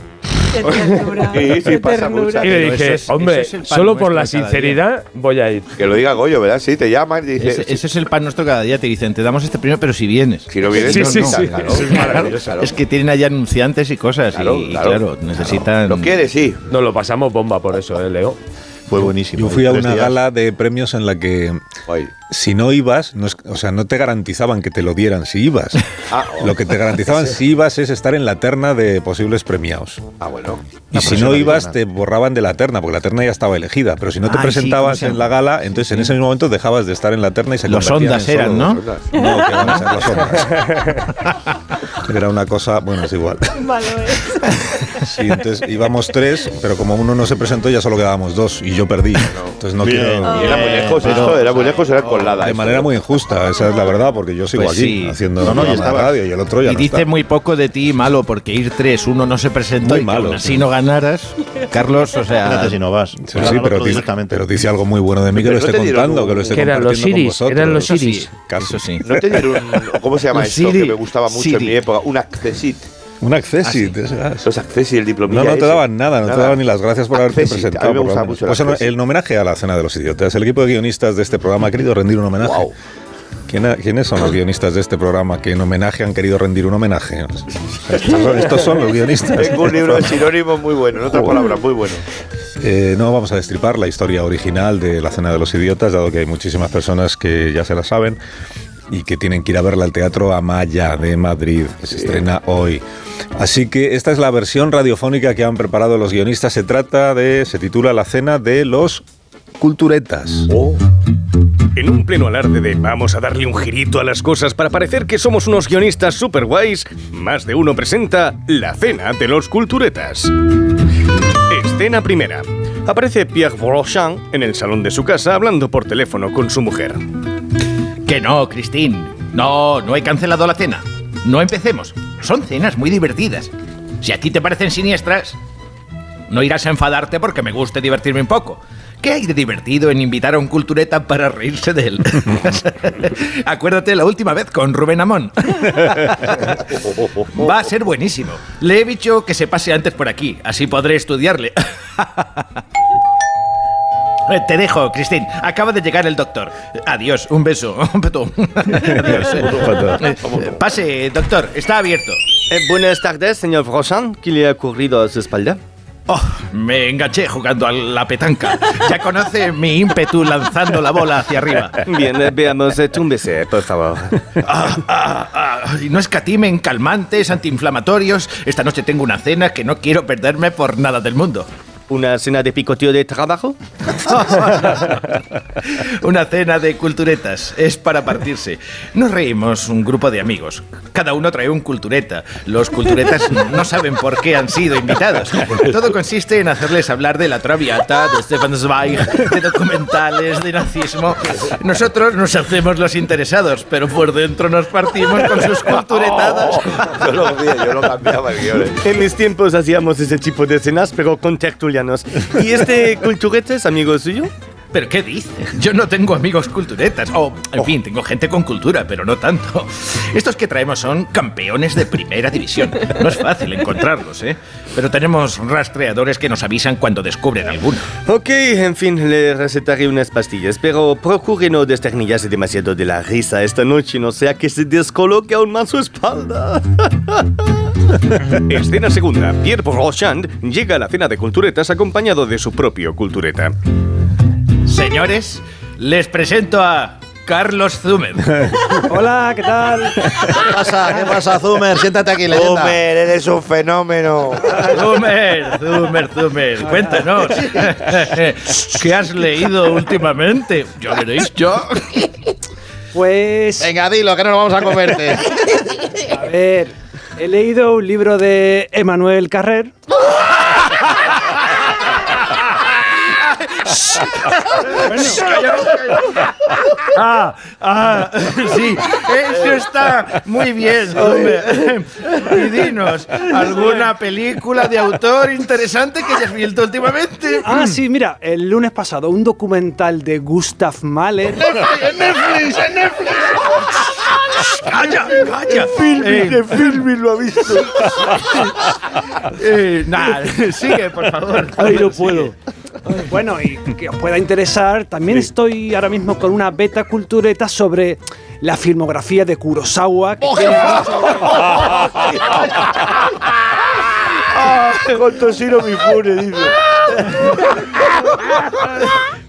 Qué ternura.
Sí, sí,
qué
pasa
ternura.
Y
mucho.
le
Pero
dije,
eso es-
hombre,
eso es el pan
solo por
nuestro de
la
cada
sinceridad voy a ir.
Que lo diga Goyo, ¿verdad? Eh, Sí, te llaman y dice.
Ese, ese es el pan nuestro cada día. Te dicen, te damos este premio, pero si vienes.
Si no vienes,
Sí,
no,
sí,
no.
sí.
Claro,
Eso es
claro,
maravilloso.
claro.
Es que tienen allá anunciantes y cosas.
Claro,
y,
claro,
claro, necesitan.
¿Lo quieres? Sí.
Nos lo pasamos bomba por eso, ¿eh, Leo?
Fue buenísimo.
Yo fui a
Tres
una
días.
gala de premios en la que
Ay.
si no ibas, no es- o sea, no te garantizaban que te lo dieran si
[LAUGHS]
ibas.
Ah,
oh.
Lo que te garantizaban si ibas es estar en la terna de posibles premiados.
Ah, bueno.
Y si no ibas, te borraban de la terna, porque la terna ya estaba elegida. Pero si no te
Ay, sí, ¿cómo
presentabas
se llama?
en la gala, entonces en ese mismo momento dejabas de estar en la terna y se
Los
convertían
ondas
en solo
eran, ¿no?
dos. No, que van a ser los ondas.
[LAUGHS]
Era una cosa, bueno, es igual.
Malo es.
[LAUGHS] Sí, entonces íbamos tres, pero como uno no se presentó, ya solo quedábamos dos y yo perdí. Entonces no quiero.
Y era muy lejos
Pero-
esto, era muy lejos, era colada.
De
esto.
manera muy injusta, esa es la verdad, porque yo sigo
Pues
aquí
sí.
haciendo
No, no,
programa
y
de
estaba-
radio y el otro ya
y
no
dice
está.
muy poco de ti, malo, porque ir tres, uno no se presentó
Muy
y que
malo,
aún así
sí.
no ganaras. Carlos, o sea.
Espérate si no vas.
Sí, sí, pero, dice,
directamente.
pero dice algo muy bueno de mí que
Pero
lo
no
esté
te dieron
contando,
un-
que lo esté
Que eran los
compartiendo
iris,
con
eran los
vosotros.
eso sí,
Iris.
Casi.
eso sí.
No
[LAUGHS]
tener un. ¿Cómo se llama
Un
esto?
Siri.
Que me gustaba mucho
Siri.
en mi época. Un accesit.
Un accessit. es- ah,
Los accesit, el diplomilla.
No, no te
ese.
daban nada, no te daban ni las gracias por haberte
Accessit,
presentado.
A mí me
por lo
gustaba
menos.
mucho. el
Pues en-
Accessit.
en homenaje a la cena de los idiotas, el equipo de guionistas de este programa ha querido rendir un homenaje.
Guau.
¿Quién ha- ¿Quiénes son los guionistas de este programa que en homenaje han querido rendir un homenaje? [LAUGHS] Estos son, estos son los guionistas.
Tengo un
[LAUGHS]
libro de sinónimos muy bueno, en otras
Joder.
palabras,
[LAUGHS]
muy bueno. [LAUGHS]
Eh, no vamos a destripar la historia original de la cena de los idiotas, dado que hay muchísimas personas que ya se la saben y que tienen que ir a verla al Teatro Amaya de Madrid, que se estrena hoy. Así que esta es la versión radiofónica que han preparado los guionistas. Se trata de, se titula La cena de los culturetas.
En un pleno alarde de vamos a darle un girito a las cosas para parecer que somos unos guionistas super guays, más de uno presenta La Cena de los Culturetas. Escena primera. Aparece Pierre Brochamp en el salón de su casa hablando por teléfono con su mujer.
Que no, Cristín. No, no he cancelado la cena. No empecemos. Son cenas muy divertidas. Si a ti te parecen siniestras, no irás a enfadarte porque me guste divertirme un poco. ¿Qué hay de divertido en invitar a un cultureta para reírse de él? [LAUGHS] Acuérdate la última vez con Rubén Amón. [LAUGHS] Va a ser buenísimo. Le he dicho que se pase antes por aquí, así podré estudiarle. [LAUGHS] Eh, Te dejo, Cristín. Acaba de llegar el doctor. Adiós, un beso. [LAUGHS] Un petón. Adiós. Eh, eh, Pase, doctor. Está abierto.
buenas tardes, señor Brochamp. ¿Qué le ha ocurrido a su espalda?
Oh, me enganché jugando a la petanca. Ya conoce mi ímpetu lanzando la bola hacia arriba.
Bien, eh, veamos, túmbese, eh, por
[LAUGHS]
favor.
Ah, ah, ah, y no escatimen calmantes, antiinflamatorios. Esta noche tengo una cena que no quiero perderme por nada del mundo.
¿Una cena de picoteo de trabajo?
[LAUGHS] Una cena de culturetas. Es para partirse. Nos reímos un grupo de amigos. Cada uno trae un cultureta. Los culturetas no saben por qué han sido invitados. Todo consiste en hacerles hablar de la Traviata, de Stefan Zweig, de documentales, de nazismo. Nosotros nos hacemos los interesados, pero por dentro nos partimos con sus culturetadas.
Yo lo hacía, yo lo cambiaba el guión. eh.
En mis
[LAUGHS]
tiempos hacíamos ese tipo de cenas, pero con tertulianos. ¿Y este culturete es amigo suyo?
¿Pero qué dices? Yo no tengo amigos culturetas. O, en fin, tengo gente con cultura, pero no tanto. Estos que traemos son campeones de primera división. No es fácil encontrarlos, ¿eh? Pero tenemos rastreadores que nos avisan cuando descubren alguno.
Ok, en fin, le recetaré unas pastillas, pero procure no desternillarse demasiado de la risa esta noche, no sea que se descoloque aún más su espalda.
Escena segunda. Pierre Rochand llega a la cena de culturetas acompañado de su propio cultureta.
Pues
Señores, les presento a Carlos Zumer.
[LAUGHS] Hola, ¿qué tal?
¿Qué pasa? ¿Qué pasa, Zumer? Siéntate aquí, leyenda.
Zumer, eres un fenómeno.
Zumer, Zumer, Zumer, cuéntanos. ¿Qué has leído últimamente? Ya veréis, yo.
Pues.
Venga, dilo, que no nos vamos a comerte.
A ver, he leído un libro de Emanuel Carrer.
Bueno, [LAUGHS] Ah, ah, [LAUGHS] sí, eso está muy bien, hombre. Y dinos, ¿alguna película de autor interesante que hayas visto últimamente?
Mm.
Ah, sí, mira, el lunes pasado un documental de Gustav Mahler.
¡En Netflix! ¡En Netflix! ¡Calla, calla!
Filmin,
Eh,
el Filmin lo ha visto.
[LAUGHS] eh, nada, sigue, por favor.
Ay, no puedo. Bueno, y que os pueda interesar, también estoy ahora mismo con una beta cultureta sobre la filmografía de Kurosawa.
¡Oh,
que tiene-
Con Tosino Mifune, dice.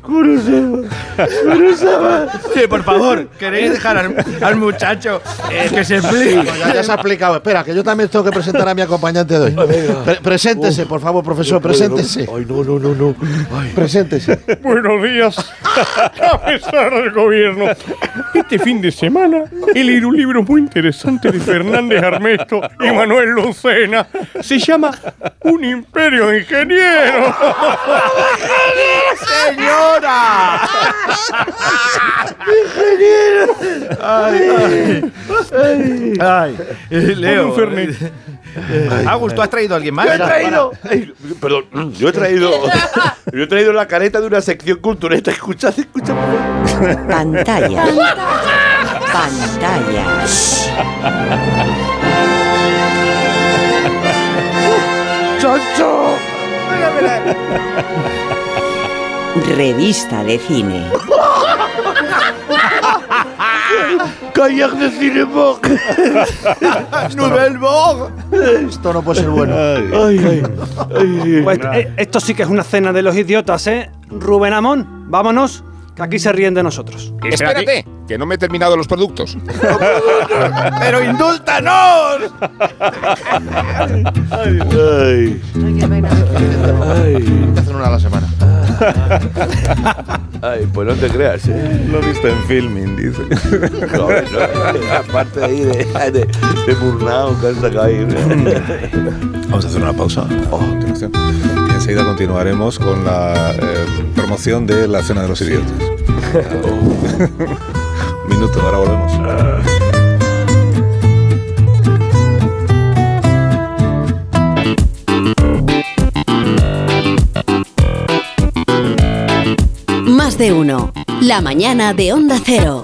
Kurosawa. Kurosawa.
Sí, por favor, ¿queréis dejar al, al muchacho eh, que se explique?
Ya, ya se ha explicado. Espera, que yo también tengo que presentar a mi acompañante de hoy. Pre- preséntese, por favor, profesor, preséntese.
Ay, no, no, no, no. Ay.
Preséntese.
[LAUGHS]
Buenos días. A pesar del gobierno, este fin de semana he leído un libro muy interesante de Fernández Armesto y Manuel Lucena. Se llama Un imperio de ingenieros.
¡Señora! Ay, ay. Ay, eh, Leo. eh, Agus, ¿tú has traído a alguien más?
Yo he traído. Ay, perdón, [CLEARS THROAT] yo he traído. Yo he traído la careta de una sección cultureta. Escuchad, escuchad.
Pantalla. Pantalla.
¡Choncho!
Revista de cine.
¡Kayak de Cinebox!
¡Nouvelle Vogue!
Esto no puede ser bueno.
Pues, eh, esto sí que es una cena de los idiotas, ¿eh? Rubén Amón, vámonos, que aquí se ríen de nosotros.
Espérate, que no me he terminado los productos.
¡Pero indúltanos!
Ay.
Hay que hacer una a la semana.
Ay, pues no te creas, ¿eh?
Lo he visto en filming, dice.
No, no, Aparte ahí de, de, de Murnau, que han sacado ahí.
Vamos a hacer una pausa. a continuación. Y enseguida continuaremos con la eh, promoción de la cena de los idiotas. [LAUGHS] Oh. Un Minuto, ahora volvemos.
Más de uno. La mañana de Onda Cero.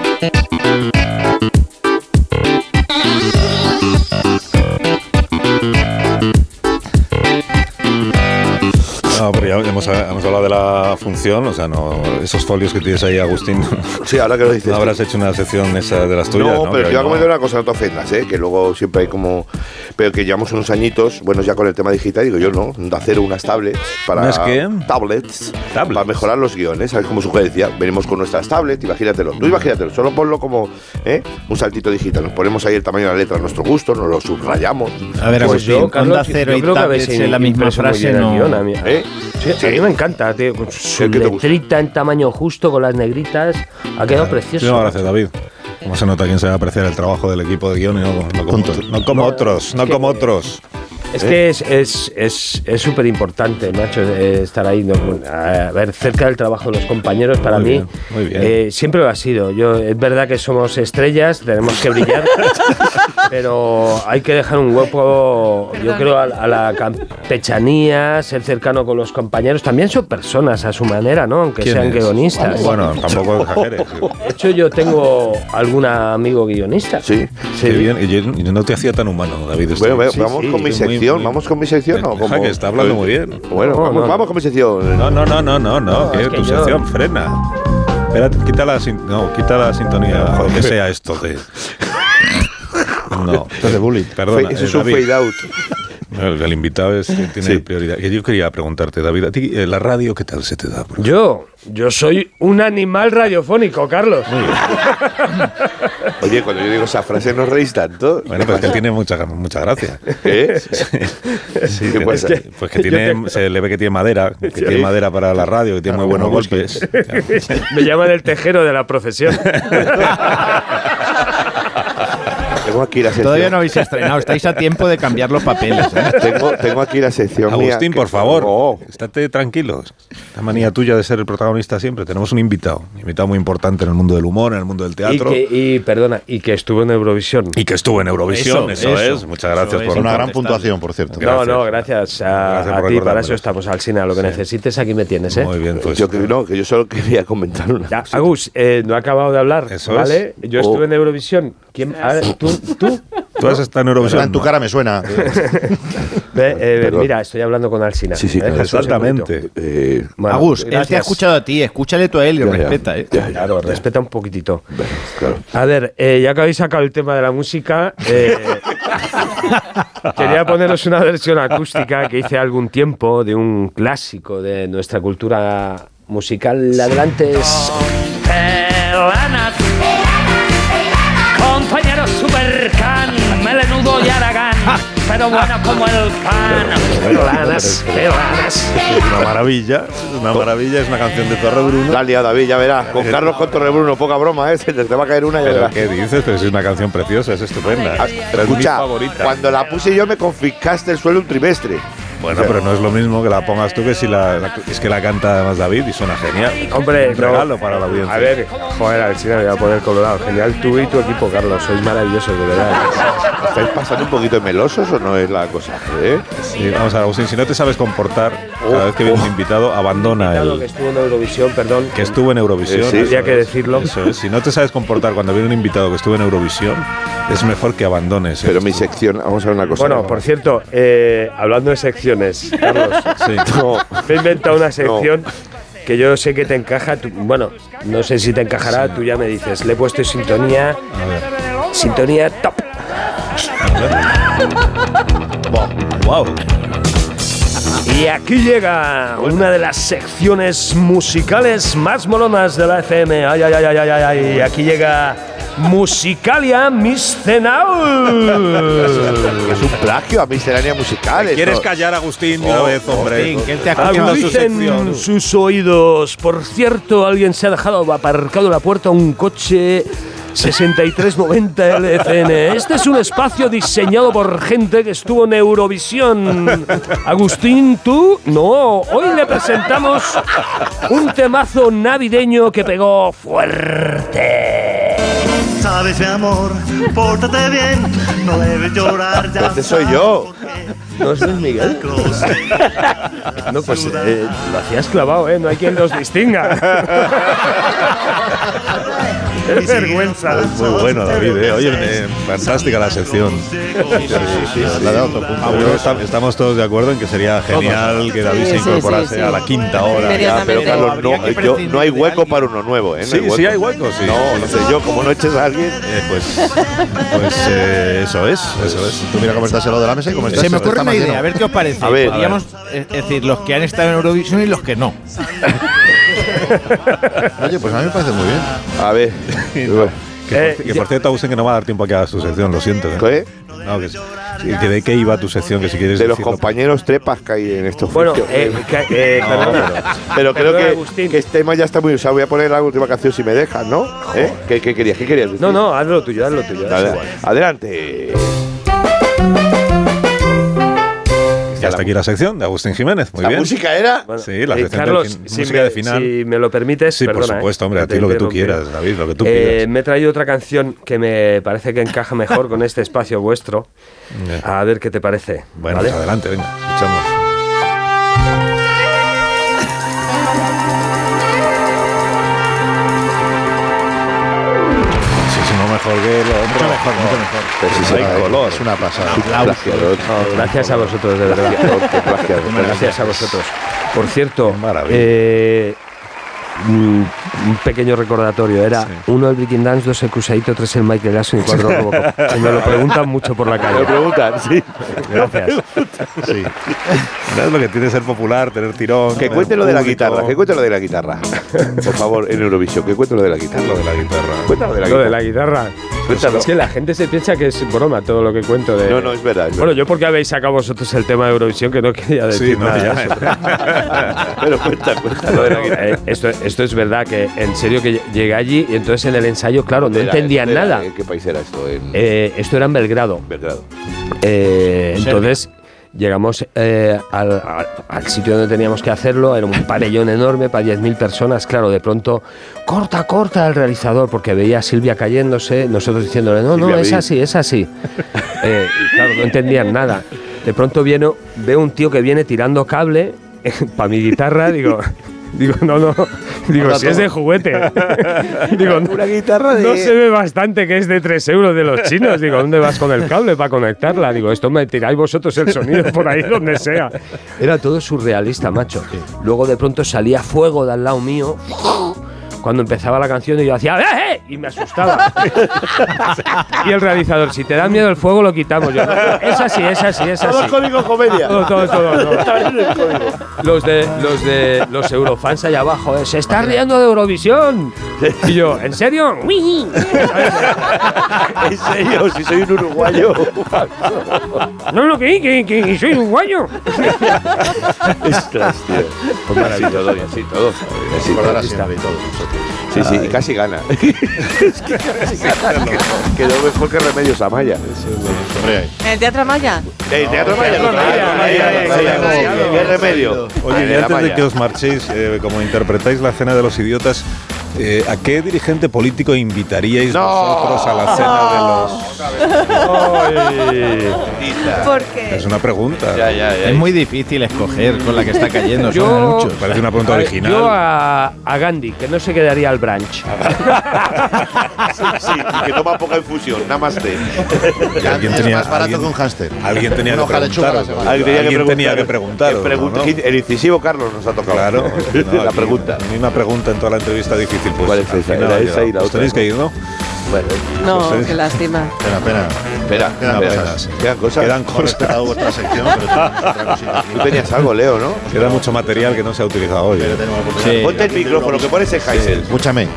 No, pero ya hemos, hemos hablado de la función, o sea, no, esos folios que tienes ahí, Agustín. [LAUGHS]
Sí, ahora que lo dices.
No habrás hecho una sección esa de las tuyas. No,
no, pero
Que
te
hoy
iba a
no.
comentar una cosa, no te ofendas, ¿eh? que luego siempre hay como. Pero que llevamos unos añitos, bueno, ya con el tema digital, digo yo, ¿no? De hacer unas tablets para.
¿Unas qué?
Tablets, Para mejorar los guiones, ¿sabes? Como sugerencia, venimos con nuestras tablets, imagínatelo. Tú imagínatelo, solo ponlo como ¿eh? un saltito digital. Nos ponemos ahí el tamaño de la letra a nuestro gusto, nos lo subrayamos.
A ver,
Pues
Agustín, Onda Cero y tablets en la misma
impreso muy
frase,
bien el
no.
guión, a mí-
¿Eh?
Sí, a mí me encanta, tío. Con su
te gusta?
letrita en tamaño justo, con las negritas. Ha
Ah.
quedado precioso.
No, gracias, David. ¿Cómo se nota quién se va a apreciar el trabajo del equipo de guión y no, no como, otros? no como otros? No como otros.
Es que es súper es, es, súper importante, macho, eh, estar ahí, ¿no? a ver, cerca del trabajo de los compañeros, para
Muy
mí
bien, muy bien.
eh, siempre lo ha sido. Yo, es verdad que somos estrellas, tenemos
[LAUGHS]
que brillar, pero hay que dejar un hueco, yo creo, a, a la campechanía, ser cercano con los compañeros. También son personas a su manera, ¿no? Aunque
¿Quién
sean
es?
guionistas.
Bueno, tampoco
[LAUGHS]
exageres.
De hecho, yo tengo algún amigo guionista.
Sí, sí. bien. y Yo, yo no te hacía tan humano, David. este.
Bueno, bueno, vamos con mi sección, vamos con mi sección o
como.
cómo?
que está hablando muy bien.
Bueno, vamos, vamos con mi sección.
No, no, no, no, no, no, que
es que
tu
yo-
sección frena. Espérate, quita la, sin- no, quita la sintonía, lo que sea esto
[LAUGHS]
de. No, esto de bullying. Perdona,
Fe- eso
eh,
es un
David.
fade out.
El, el invitado es, tiene prioridad. Que Yo quería preguntarte, David, a ti eh, la radio, ¿qué tal se te da?
Yo, yo soy un animal radiofónico, Carlos.
Oye, cuando yo digo esa frase no reís tanto.
Bueno, pues que tiene mucha, mucha gracia.
[LAUGHS]
[LAUGHS]
¿Qué?
Sí,
¿Qué
que-
pasa?
Pues que tiene, se le ve que tiene madera, que tiene madera para la radio, que tiene muy buenos golpes.
Me llaman el tejero de la profesión.
Tengo aquí la sección.
Todavía no habéis estrenado, estáis a tiempo de cambiar los papeles. ¿eh?
Tengo, tengo aquí la sección mía.
Agustín,
que-
por favor,
Oh,
estate tranquilo. La manía tuya de ser el protagonista siempre. Tenemos un invitado, un invitado muy importante en el mundo del humor, en el mundo del [LAUGHS]
Y,
teatro.
que, y, perdona, y que estuvo en Eurovisión.
Y que estuvo en Eurovisión, eso, es. Muchas gracias por
una gran
puntuación, por cierto.
No, no, gracias
Gracias
a, a
por
ti, para
recordármelo.
eso estamos, Alsina. Lo que necesites, aquí me tienes, ¿eh?
Muy bien, pues.
yo creo no, que yo solo quería comentar una.
Ya, Agus, eh, no he acabado de hablar,
Eso
¿vale?
es.
Yo
Oh.
estuve en Eurovisión. ¿Quién? a ver, ¿Tú? ¿Tú? [LAUGHS]
Tú has estado en Eurovisión.
En tu cara me suena.
Ve, eh,
Perdón.
mira, estoy hablando con Alsina.
Sí, sí,
¿Me dejas un segundito?
Exactamente. este
Eh,
Bueno,
Agus, Pues él te ha
gracias.
escuchado a ti, escúchale tú a él y
Ya, ya.
respeta. ¿eh?
Ya, ya.
Claro, respeta un poquitito.
claro.
A ver, eh, ya que habéis sacado el tema de la música,
[LAUGHS]
eh, quería poneros una versión acústica que hice algún tiempo de un clásico de nuestra cultura musical. Adelante es
Pelanas. Compañeros Supercan, melenudo y Aragán, pero bueno
Ah.
como el pan. Pelanas, pelanas.
Es una maravilla, es una maravilla, es una canción de Torre Bruno.
La ha liado, David, ya verás. Con Carlos con Torrebruno, poca broma, ¿eh? Se te te va a caer una y ya
Pero
verás. Ah,
¿qué dices? Pero si es una canción preciosa, es estupenda. Pero es mi
Escucha,
favorita.
cuando la puse yo me confiscaste el suelo un trimestre.
Bueno, pero no es lo mismo que la pongas tú que si la, la- es que la canta además David y suena genial.
Hombre,
un
no.
regalo para la audiencia.
A ver, joder, Alcina, me voy a poner colorado. Genial, tú y tu equipo, Carlos, sois maravillosos, de verdad.
¿Estáis pasando un poquito de melosos o no es la cosa? ¿Eh?
Sí, vamos a ver, Agustín, si no te sabes comportar,
Oh,
cada vez que viene un invitado, abandona
Claro, que
el
estuvo en Eurovisión, perdón.
que estuvo en Eurovisión.
Eh, sí, había
eso
que
es,
decirlo.
Eso es. Si no te sabes comportar cuando viene un invitado que estuvo en Eurovisión, es mejor que abandones. ¿eh?
Pero mi sección, vamos a ver una cosa.
Bueno, por cierto, eh, hablando de secciones, Carlos,
Sí.
No.
me he
[LAUGHS]
inventado una sección que yo sé que te encaja. tú- bueno, no sé si te encajará, tú ya me dices. Le he puesto sintonía,
A ver.
sintonía top.
Wow.
Y aquí llega una de las secciones musicales más molonas de la FM. Ay, ay, ay, ay, ay, ay, ay. Aquí llega
[LAUGHS]
Musicalia Miscenaul.
Es un plagio a miscelánea musical.
¿Te quieres
esto.
callar, Agustín, de una
Oh,
vez, hombre?
Agustín, que él te ha
Haciendo su
Agudifen
sección.
sus oídos. Por cierto, alguien se ha dejado aparcado en la puerta un coche 6390 LCN. Este es un espacio diseñado por gente que estuvo en [LAUGHS] Eurovisión. Agustín, tú no. Hoy le presentamos un temazo navideño que pegó fuerte.
Sabes mi amor, pórtate bien, no debes llorar ya.
Este soy yo.
¿No soy Miguel? No, pues eh, lo hacías clavado, ¿eh? No hay quien los [LAUGHS] distinga. [LAUGHS] Es vergüenza.
Muy bueno, David. ¿eh? Oye, eh, fantástica la sección.
Ah,
Le ha dado otro punto. Yo creo que está- Estamos todos de acuerdo en que sería genial que David
Sí,
se
sí,
incorporase
sí, sí.
a la quinta hora.
Ya, pero Carlos, no,
eh,
yo- no hay hueco para uno nuevo, ¿eh? No
Sí, sí hay hueco, sí.
No, no sé yo, como no eches a alguien.
eh, pues pues eh, eso es, eso es.
Tú mira cómo estás helado de la mesa y cómo estás.
Se me
está
ocurre una
más
idea,
lleno.
a ver qué os parece.
A ver.
Podríamos, es es decir, los que han estado en Eurovisión y los que no.
Oye, pues a mí me parece muy bien.
A ver. [LAUGHS] Bueno,
Que, por, que por cierto, Agustín, que no va a dar tiempo a que hagas tu sección, lo siento. ¿eh?
¿Qué?
No, que, sí, que de qué iba tu sección, que si quieres
De los
decirlo.
compañeros trepas que hay en estos
Bueno,
sitios.
eh, ca- eh,
No,
perdona.
Pero creo
Perdona,
que,
Agustín.
que este tema ya está muy usado. Voy a poner la última canción si me dejas, ¿no? ¿Eh? ¿Qué, qué querías? ¿Qué querías decir?
No, no, haz lo tuyo, haz lo tuyo. es
Adela-
igual.
Adelante.
Y hasta aquí la sección de Agustín Jiménez. Muy
¿La
bien.
música era?
Sí, la sección
Eh,
del
Carlos,
fin-
si
música
me-
de final.
si me lo permites,
Sí, por
perdona,
supuesto,
eh,
hombre, a
te
ti lo que tú
interrumpí.
quieras, David, lo que tú
Eh,
quieras.
me he traído otra canción que me parece que encaja mejor con este espacio vuestro. A ver qué te parece.
Bueno, pues adelante, venga, escuchamos. Muchísimo mejor que lo otro. Mucho mejor, mucho mejor.
Pero si se va,
es una pasada.
No, gracias a vosotros, de verdad. [LAUGHS] Gracias a vosotros. Por cierto, eh, un un pequeño recordatorio. Era uno el Breaking Dance, dos el Crusadito, tres el Michael Jackson y cuatro
[LAUGHS]
el Robocop. Se me lo preguntan mucho por la calle.
Me lo preguntan,
sí. Gracias.
Sí. ¿Sabes lo que tiene ser popular, tener tirón?
Que cuente lo de la guitarra, que cuente lo de la
[LAUGHS]
guitarra. Por favor, en Eurovisión, que cuente lo de la guitarra. Lo de la guitarra. Cuéntalo de la
Lo de
guitarra.
la guitarra.
Cuéntalo.
Es que la gente se piensa que es broma todo lo que cuento de...
No, no, es verdad. es
Bueno, yo porque habéis sacado vosotros el tema de Eurovisión que no quería decir
no,
nada.
ya.
de eso.
[LAUGHS]
[LAUGHS] Eh, esto, esto es verdad que en serio que llegué allí y entonces en el ensayo, claro, no
¿Dónde era?
entendían
¿Dónde era?
nada.
¿En qué país era esto? En
Eh, esto era en Belgrado.
Belgrado.
Eh,
Serbia.
entonces llegamos eh, al, al- al sitio donde teníamos que hacerlo, era un pabellón enorme para 10.000 personas, claro, de pronto, corta, corta el realizador, porque veía a Silvia cayéndose, nosotros diciéndole, no, no,
Silvia
es
Bill.
así,
[LAUGHS]
es así. Eh, y claro, no entendían nada. De pronto viene, veo un tío que viene tirando cable para mi guitarra, digo... [LAUGHS] Digo, no, no. Digo,
Ahora
si es
todo.
de juguete.
[LAUGHS]
Digo,
Una guitarra de-
No se ve bastante que es de 3 euros de los chinos. Digo, ¿dónde vas con el cable para conectarla? Digo, esto me tiráis vosotros el sonido por ahí donde sea. Era todo surrealista, macho. Luego de pronto salía fuego de al lado mío. Cuando empezaba la canción y yo hacía ¡Eh, eh! Y me asustaba. y el realizador, si te da miedo el fuego, lo quitamos. Yo, "No, no, es así, es
[LAUGHS]
así, es así.
código comedia.
Todo, todo, todo, todo.
código.
Los de los de los eurofans allá abajo, eh, se está riendo de Eurovisión. Y yo, ¿en serio? ¡Uy!
En serio, si soy un
[LAUGHS]
uruguayo.
No, no, que, que, que soy uruguayo.
Ostras, tío.
Pues
así
maravilloso.
todo, y así todo. Y así
Recordará
todo.
siempre
Sí, sí, y casi gana. [LAUGHS] Quedó mejor que Remedios Amaya.
¿En el Teatro Maya?
Eh, Teatro Amaya,
Teatro
no, Teatro Amaya, no, ¿Qué remedio?
[LAUGHS] Oye, y
Vale,
antes de
Amaya.
que os marchéis, eh, como interpretáis la cena de los idiotas, eh, ¿a qué dirigente político invitaríais vosotros a la cena de los.?
¿Por qué?
Es una pregunta.
Es muy difícil escoger con la que está
[LAUGHS]
cayendo.
Yo-
Son muchos.
Parece una pregunta
A ver,
original.
Yo a, a Gandhi, que no se quedaría al branch.
Sí, sí, y que toma poca infusión, nada más de.
Alguien tenía,
más barato
alguien-
que un hámster.
Alguien tenía
Una
que
hoja de lechuga a la
preguntar.
semana.
Alguien tenía que preguntar.
El, pregun-
¿no?
el incisivo Carlos nos ha tocado. [LAUGHS]
Claro, no,
la
aquí,
pregunta.
La misma pregunta en toda la entrevista difícil. Pues,
¿Cuál es
al
esa?
final
Era
ha
esa y
llegado.
la
Os
otra.
Tenéis que ir, ¿no?
Bueno,
No,
Pues, eh.
qué lástima.
Espera, espera.
espera,
Quedan
espera.
cosas.
Quedan cosas.
Quedan
Hemos
cosas.
respetado vuestra sección, pero tenemos otra cosita aquí.
Tú tenías algo, Leo, ¿no?
Queda mucho material que no se ha utilizado hoy. ¿eh?
Ponte el micrófono, que pones el Heisel.
Escúchame,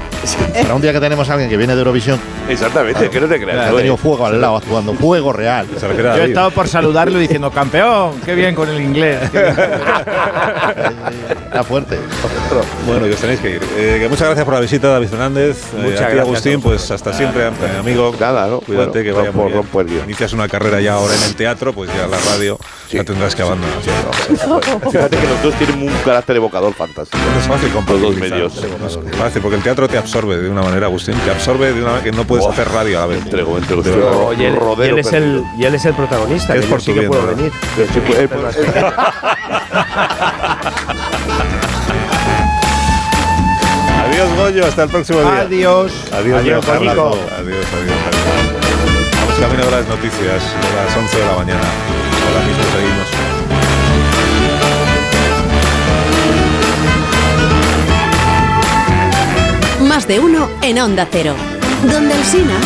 para un día que tenemos a alguien que viene de Eurovisión,
Ah, Exactamente, que no te
ha
Ah,
creas. ¿no?
tenido fuego al lado actuando, fuego real.
Yo he estado por saludarlo diciendo campeón, qué bien con el inglés. qué bien".
Está fuerte.
Bueno, que os tenéis que ir. Eh, que muchas gracias por la visita, David Fernández. Eh,
Muchas
a ti,
gracias
Agustín, pues hasta siempre, am- amigo.
Ah, eh, Nada, ¿no?
Cuídate
Bueno,
que vaya
rompo-
muy bien.
rompo el guión.
Inicias una carrera ya ahora en el teatro, pues ya la radio la tendrás que abandonar.
Fíjate que los dos tienen un carácter evocador fantástico.
Es fácil
Los dos
compatibilizar.
medios.
No es fácil, porque el teatro te absorbe de una manera, Agustín. Te absorbe de una manera que no puedes hacer radio a la vez. De verdad.
y, él, y él es el, y él es el protagonista.
Es
que yo
por
sí
tu
que
bien,
puedo
¿verdad?
venir.
Adiós, Goyo. Hasta el próximo día.
Adiós.
Adiós,
Adiós,
Leo Fernández.
Goyico.
Adiós, adiós, adiós. Vamos camino de las noticias, de las 11 de la mañana. Ahora mismo seguimos.
Más de uno en Onda Cero. Donde Alsina.